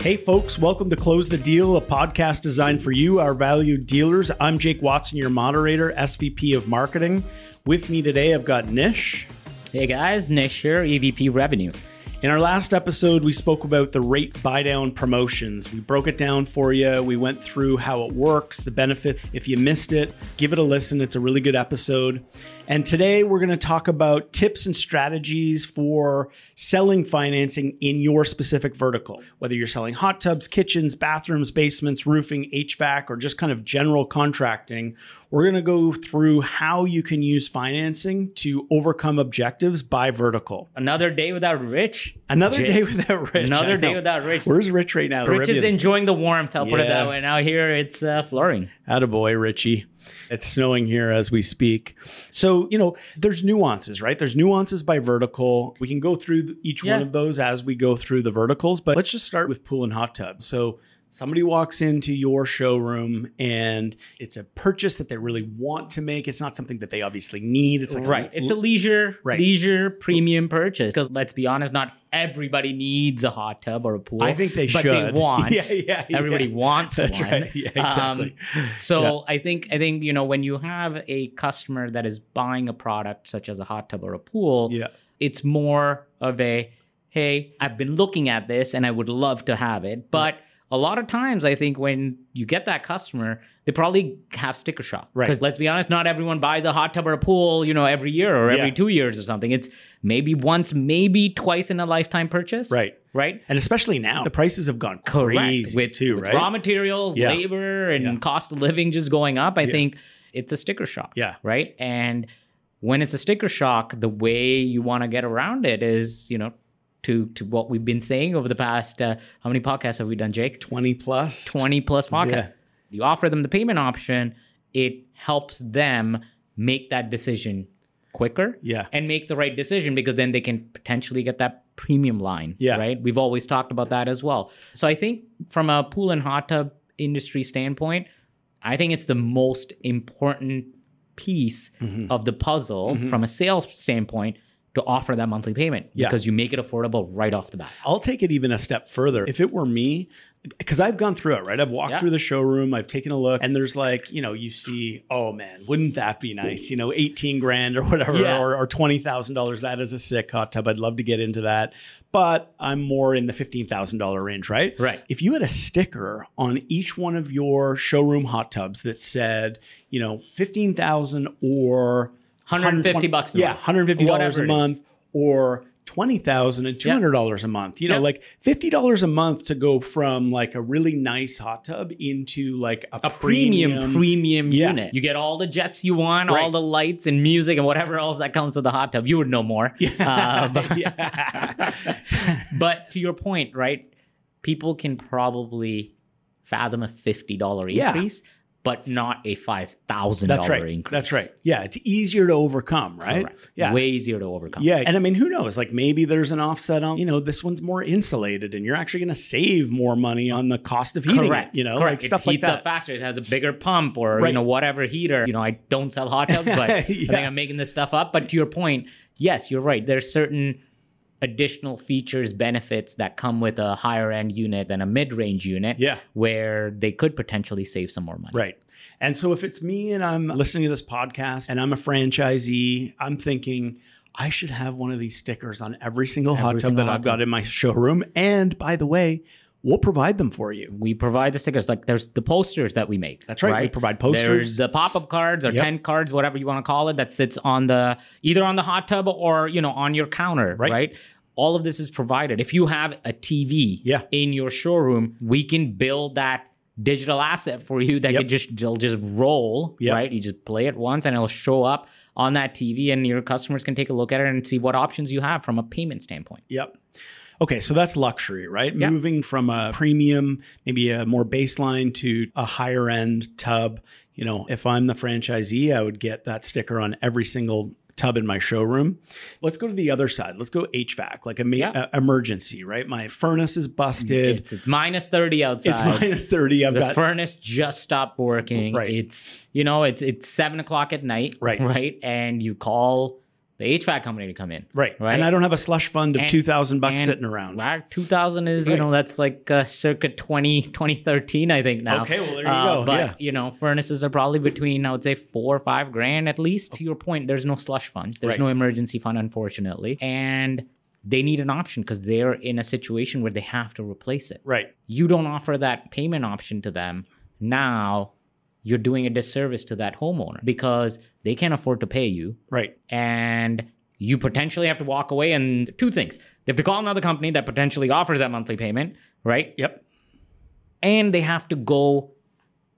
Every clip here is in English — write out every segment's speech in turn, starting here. Hey, folks, welcome to Close the Deal, a podcast designed for you, our valued dealers. I'm Jake Watson, your moderator, SVP of Marketing. With me today, I've got Nish. Hey guys, Nish here, EVP Revenue. In our last episode, we spoke about the rate buy down promotions. We broke it down for you. We went through how it works, the benefits. If you missed it, give it a listen. It's a really good episode. And today we're going to talk about tips and strategies for selling financing in your specific vertical, whether you're selling hot tubs, kitchens, bathrooms, basements, roofing, HVAC, or just kind of general contracting. We're going to go through how you can use financing to overcome objectives by vertical. Another day without Rich. Another Jake. day without Rich. I Another day know. without Rich. Where's Rich right now? Rich is Caribbean. enjoying the warmth. I'll put it Yeah. that way. Now here it's uh, flooring. Attaboy, Richie. It's snowing here as we speak. So, you know, there's nuances, right? There's nuances by vertical. We can go through th- each one Yeah. of those as we go through the verticals, but let's just start with pool and hot tub. So, somebody walks into your showroom and it's a purchase that they really want to make. It's not something that they obviously need. It's like right. it's a leisure, Right. leisure premium purchase. Because let's be honest, not everybody needs a hot tub or a pool. I think they but should. they want. Yeah, yeah, yeah. Everybody wants That's one. right. Yeah, Um, exactly. So I think I think you know when you have a customer that is buying a product such as a hot tub or a pool, yeah. it's more of a hey i've been looking at this and i would love to have it but a lot of times i think when you get that customer they probably have sticker shock Right. because let's be honest not everyone buys a hot tub or a pool you know every year or every Yeah. two years or something it's maybe once maybe twice in a lifetime purchase Right. right And especially now, the prices have gone Correct. crazy with, too, with right? raw materials Yeah. labor and Yeah. cost of living just going up i Yeah. think it's a sticker shock Yeah. right and when it's a sticker shock the way you want to get around it is you know to to what we've been saying over the past uh, how many podcasts have we done jake 20 plus. 20 plus podcasts Yeah. you offer them the payment option it helps them make that decision quicker Yeah. and make the right decision because then they can potentially get that premium line. Yeah. Right. We've always talked about that as well. So I think from a pool and hot tub industry standpoint, I think it's the most important piece Mm-hmm. of the puzzle from a sales standpoint to offer that monthly payment Yeah. because you make it affordable right off the bat. I'll take it even a step further. If it were me, because I've gone through it, right? I've walked Yeah. through the showroom, I've taken a look, and there's like, you know, you see, oh man, wouldn't that be nice? You know, 18 grand or whatever, Yeah. or, or $20,000. That is a sick hot tub. I'd love to get into that. But I'm more in the $15,000 range, right? Right. If you had a sticker on each one of your showroom hot tubs that said, you know, 15,000 or 150 bucks a yeah, month. $150 Whatever a it month is. or twenty thousand and two hundred dollars a month. You know, Yeah. like fifty dollars a month to go from like a really nice hot tub into like a, A premium, premium, Yeah. unit. You get all the jets you want, Right. all the lights and music and whatever else that comes with the hot tub. You would know more. Uh, but- yeah. uh, but to your point, right? People can probably fathom a fifty dollar Yeah. increase, but not a five thousand That's dollar right. increase. That's right. Yeah, it's easier to overcome, right? Correct. Yeah. Way easier to overcome. yeah, and I mean, who knows? Like maybe there's an offset on, you know, this one's more insulated, and you're actually going to save more money on the cost of heating. it, Correct. you know, Correct. like stuff it like heats that. up faster. It has a bigger pump or Right. you know whatever heater. You know, I don't sell hot tubs, but I think Yeah. I'm making this stuff up. But to your point, yes, you're right. There's certain additional features, benefits that come with a higher end unit than a mid range unit. Yeah. Where they could potentially save some more money. Right. And so if it's me and I'm listening to this podcast and I'm a franchisee, I'm thinking I should have one of these stickers on every single hot Every tub single that hot I've got in my showroom. And by the way, we'll provide them for you. We provide the stickers. Like there's the posters that we make. That's right. We provide posters. There's the pop-up cards or Yep. tent cards, whatever you want to call it, that sits on the either on the hot tub or you know on your counter. Right. Right. All of this is provided. If you have a TV Yeah. in your showroom, we can build that digital asset for you that Yep. could just they'll just roll. Yep. Right. You just play it once and it'll show up on that TV and your customers can take a look at it and see what options you have from a payment standpoint. Yep. Okay, so that's luxury, right? Yeah. Moving from a premium, maybe a more baseline to a higher end tub. You know, if I'm the franchisee, I would get that sticker on every single tub in my showroom. Let's go to the other side. Let's go HVAC, like a ma- Yeah. uh, emergency, right? My furnace is busted. It's it's minus 30 outside. It's minus 30. I've the got furnace just stopped working. Right. It's you know, it's it's seven o'clock at night. Right. Right. And you call the HVAC company to come in. Right. Right. And I don't have a slush fund of And- 2000 bucks and sitting around. Wow, 2000 is, you Right. know, that's like uh, circa 20, 2013, I think now. Okay, well, there you Uh, go, But, yeah. you know, furnaces are probably between, I would say, four or five grand at least. To your point, there's no slush fund, there's Right. no emergency fund, unfortunately. And they need an option because they're in a situation where they have to replace it. Right. You don't offer that payment option to them. Now you're doing a disservice to that homeowner because they can't afford to pay you Right. and you potentially have to walk away and two things they have to call another company that potentially offers that monthly payment right Yep. and they have to go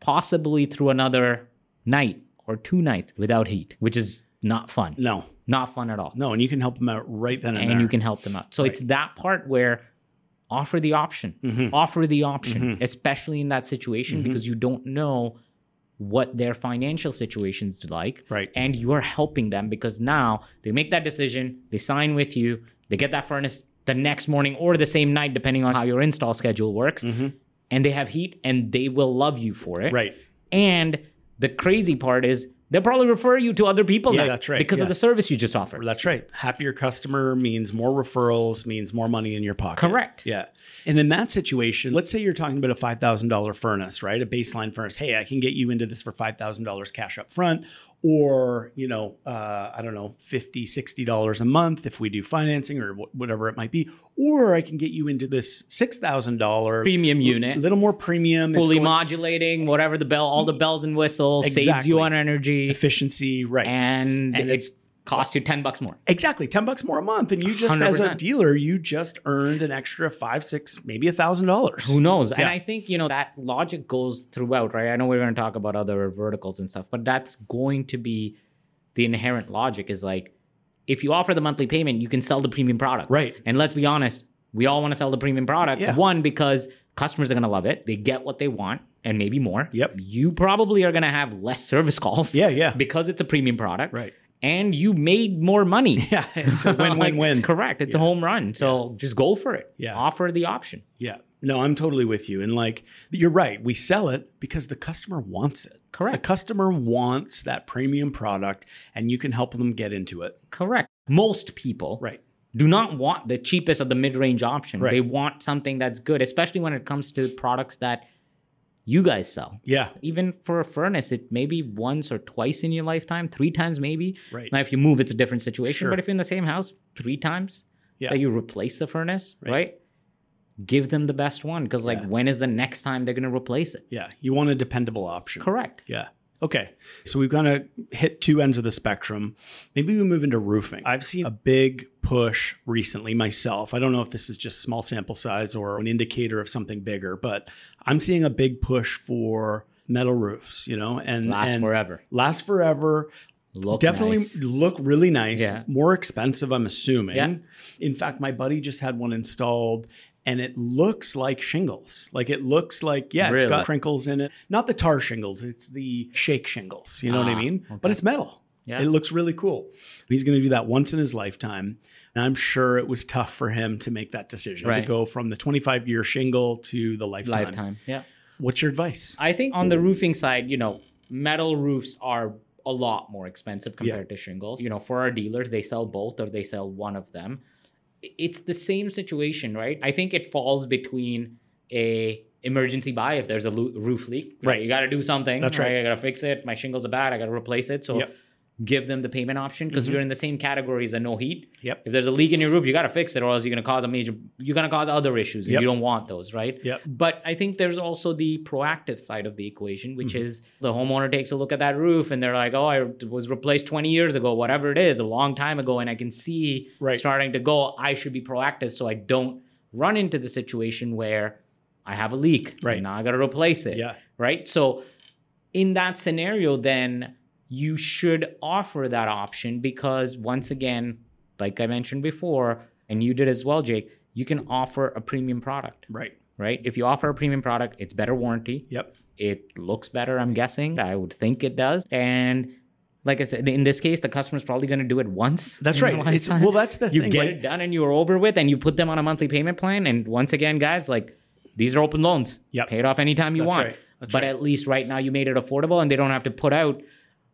possibly through another night or two nights without heat which is not fun No. not fun at all No. And you can help them out right then and, and there. you can help them out so it's that part where offer the option Mm-hmm. offer the option especially in that situation because you don't know what their financial situation's like Right. and you are helping them because now they make that decision they sign with you they get that furnace the next morning or the same night depending on how your install schedule works and they have heat and they will love you for it Mm-hmm. Right. and the crazy part is they'll probably refer you to other people Yeah, now that's right. because Yeah. of the service you just offered That's right. Happier customer means more referrals, means more money in your pocket. Correct. Yeah. And in that situation, let's say you're talking about a $5,000 furnace, right? A baseline furnace. Hey, I can get you into this for $5,000 cash up front or, you know, uh, I don't know, 50, $60 a month if we do financing or wh- whatever it might be. Or I can get you into this $6,000 premium a unit little more premium. It's fully going- modulating, whatever the bell, all the bells and whistles, saves Exactly. you on energy, efficiency, right. and, And it it's- costs you ten bucks more. Exactly, ten bucks more a month, and you just as a 100%. dealer, you just earned an extra five, six, maybe a thousand dollars. Who knows? And Yeah. I think you know that logic goes throughout, right? I know we're going to talk about other verticals and stuff, but that's going to be the inherent logic. Is like if you offer the monthly payment, you can sell the premium product, Right. And let's be honest, we all want to sell the premium product. Yeah. One because customers are going to love it; they get what they want, and maybe more. Yep. You probably are going to have less service calls. Yeah, yeah. Because it's a premium product. Right. and you made more money. Yeah, it's a Like, win-win-win. correct. It's a home run. So just go for it. Yeah. Offer the option. yeah, no, I'm totally with you, and like you're right. We sell it because the customer wants it. Correct. The customer wants that premium product, and you can help them get into it. Correct. Most people Right. do not want the cheapest of the mid-range option. Right. They want something that's good, especially when it comes to products that you guys sell. Yeah. Even for a furnace, it maybe once or twice in your lifetime, three times maybe. Right. Now, if you move, it's a different situation. Sure. But if you're in the same house, three times Yeah. that you replace the furnace, Right. right? Give them the best one because, like, Yeah. when is the next time they're going to replace it? Yeah. You want a dependable option. Correct. Yeah. Okay. So we've kind of hit two ends of the spectrum. Maybe we move into roofing. I've seen a big push recently myself. I don't know if this is just small sample size or an indicator of something bigger, but I'm seeing a big push for metal roofs, you know, and Last and forever. Last forever. Look Definitely nice. look really nice. Yeah. More expensive, I'm assuming. Yeah. In fact, my buddy just had one installed and it looks like shingles. Like it looks like, yeah, it's Really? got crinkles in it. Not the tar shingles, it's the shake shingles. You know what I Ah, mean? But okay. it's metal. Yeah. It looks really cool. He's going to do that once in his lifetime. And I'm sure it was tough for him to make that decision to Right. go from the 25 year shingle to the lifetime. lifetime. Yeah. What's your advice? I think on the roofing side, you know, metal roofs are a lot more expensive compared to shingles. You know, for our dealers, they sell both or they sell one of them. I- It's the same situation, right? I think it falls between a emergency buy if there's a lo- roof leak. You know, Right. You got to do something. That's right. I got to fix it. My shingles are bad. I got to replace it. So Yep. give them the payment option because you're in the same category as a no heat. Yep. If there's a leak in your roof, you got to fix it, or else you're going to cause a major. You're going to cause other issues, and Yep. you don't want those, right? Yep. But I think there's also the proactive side of the equation, which Mm-hmm. is the homeowner takes a look at that roof and they're like, "Oh, I was replaced 20 years ago, whatever it is, a long time ago, and I can see Right. starting to go. I should be proactive so I don't run into the situation where I have a leak. and Right. now, I got to replace it. Yeah. Right. So in that scenario, then you should offer that option because once again, like I mentioned before, and you did as well, Jake, you can offer a premium product, Right. right? If you offer a premium product, it's better warranty. Yep. It looks better, I'm guessing. I would think it does. And like I said, in this case, the customer's probably going to do it once. That's in right. their It's, lifetime. well, that's the you thing. get like- it done and you're over with, and you put them on a monthly payment plan. And once again, guys, like these are open loans. Yep. Pay it off anytime you That's want. right. That's But right. at least right now you made it affordable and they don't have to put out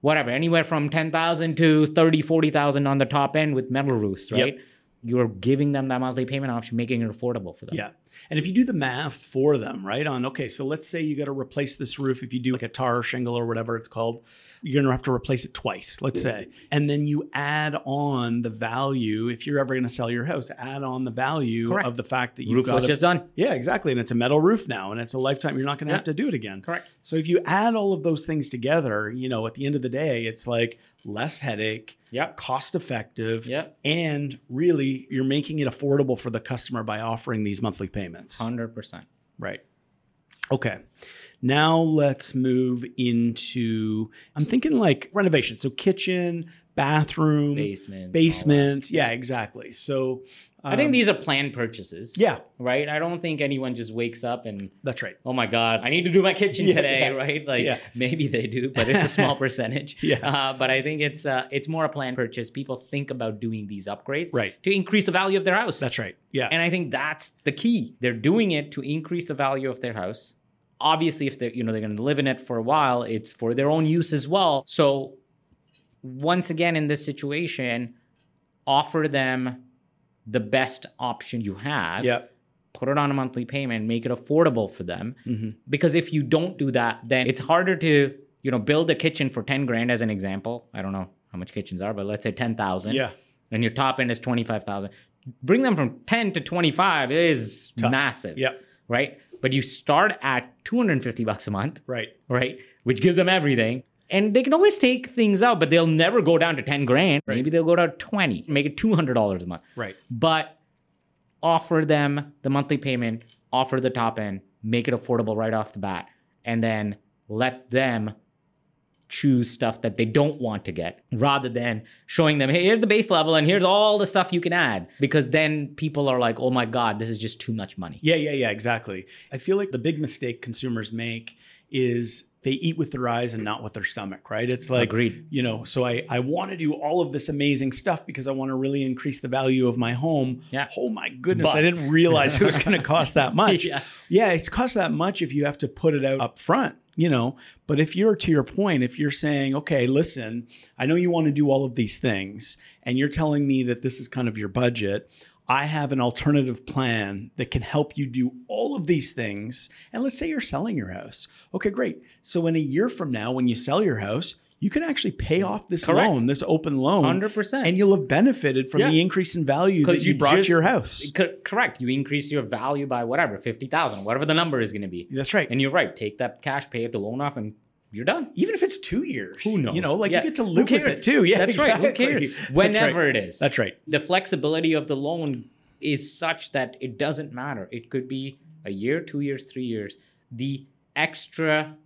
whatever, anywhere from 10,000 to 30, 40,000 on the top end with metal roofs, Yep. right? You're giving them that monthly payment option, making it affordable for them. Yeah. And if you do the math for them, right? On okay, so let's say you got to replace this roof. If you do like a tar shingle or whatever it's called, you're gonna have to replace it twice, let's say. And then you add on the value, if you're ever gonna sell your house, add on the value Correct. of the fact that you've Roof got was a- just done. Yeah, exactly. And it's a metal roof now and it's a lifetime. You're not gonna Yeah. have to do it again. Correct. So if you add all of those things together, you know, at the end of the day, it's like less headache, Yep. cost effective, Yep. and really you're making it affordable for the customer by offering these monthly payments. 100%. Right. Okay. Now let's move into I'm thinking like renovation. So kitchen, bathroom, Mm-hmm. basement. Basement. Yeah, exactly. So I think um, these are planned purchases. Yeah, Right? I don't think anyone just wakes up and, that's right. oh my God, I need to do my kitchen Yeah, today, yeah. right? Like Yeah. maybe they do, but it's a small percentage. Yeah. Uh, but I think it's uh, it's more a planned purchase. People think about doing these upgrades Right. to increase the value of their house. That's right. Yeah. And I think that's the key. They're doing it to increase the value of their house. Obviously, if they're you know they're going to live in it for a while, it's for their own use as well. So, once again, in this situation, offer them the best option you have. yeah. Put it on a monthly payment, make it affordable for them. Mm-hmm. Because if you don't do that, then it's harder to you know build a kitchen for ten grand as an example. I don't know how much kitchens are, but let's say ten thousand Yeah. and your top end is 25,000. Bring them from 10 to 25 is massive. Yeah. Right? But you start at 250 bucks a month, Right. right? Which gives them everything. And they can always take things out, but they'll never go down to 10 grand. Maybe they'll go down to 20, make it $200 a month. Right. But offer them the monthly payment, offer the top end, make it affordable right off the bat, and then let them choose stuff that they don't want to get rather than showing them, hey, here's the base level and here's all the stuff you can add. Because then people are like, oh my God, this is just too much money. Yeah, yeah, yeah, exactly. I feel like the big mistake consumers make is they eat with their eyes and not with their stomach, right? It's like Agreed. you know, so I I want to do all of this amazing stuff because I want to really increase the value of my home. Yeah. Oh my goodness, But- I didn't realize it was going to cost that much. Yeah. Yeah, it's cost that much if you have to put it out up front, you know. But if you're to your point, if you're saying, okay, listen, I know you want to do all of these things, and you're telling me that this is kind of your budget. I have an alternative plan that can help you do all of these things. And let's say you're selling your house. Okay, great. So in a year from now, when you sell your house, you can actually pay off this Correct. loan, this open loan, 100%. and you'll have benefited from Yeah. the increase in value 'Cause that you, you brought just- to your house. Co- correct. You increase your value by whatever, 50,000, whatever the number is going to be. That's right. And you're right. Take that cash, pay the loan off, and you're done. even if it's two years. Who knows? You know, like Yeah. you get to Who live with cares? it too. Yeah, that's right. Who exactly. cares? That's right. Whenever it is, That's right. the flexibility of the loan is such that it doesn't matter. It could be a year, two years, three years. The extra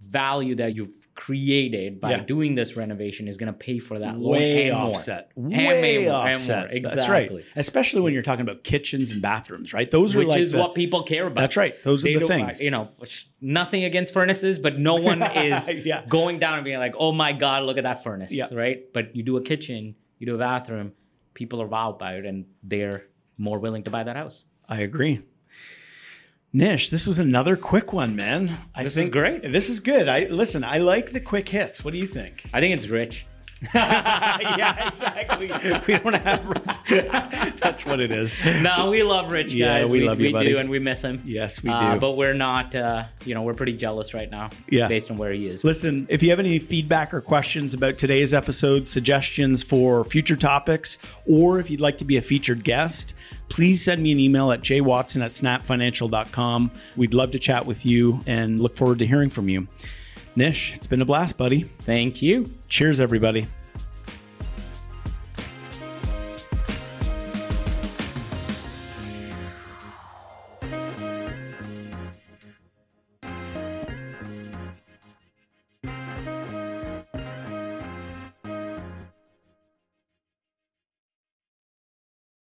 value that you've created by Yeah. doing this renovation is going to pay for that loan Way and more. offset. And Way way more, and offset. more. That's right. Exactly. Especially when you're talking about kitchens and bathrooms, right? Those are Which like is the- what people care about. That's right. Those They are the don't- things. You know, sh- nothing against furnaces, but no one is Yeah. going down and being like, "Oh my god, look at that furnace!" Yeah. Right? But you do a kitchen, you do a bathroom, people are wowed by it, and they're more willing to buy that house. I agree. Nish, this was another quick one, man. I This is think great. This is good. I listen, I like the quick hits. What do you think? I think it's rich. yeah, exactly. We don't have That's what it is. No, we love Rich guys. Yeah, we love you, we buddy. do, and we miss him. Yes, we Uh, do. but we're not. Uh, you know, we're pretty jealous right now. Yeah. Based on where he is. Listen, if you have any feedback or questions about today's episode, suggestions for future topics, or if you'd like to be a featured guest, please send me an email at jwatson at snapfinancial.com. We'd love to chat with you and look forward to hearing from you. Nish, it's been a blast, buddy. Thank you. Cheers, everybody.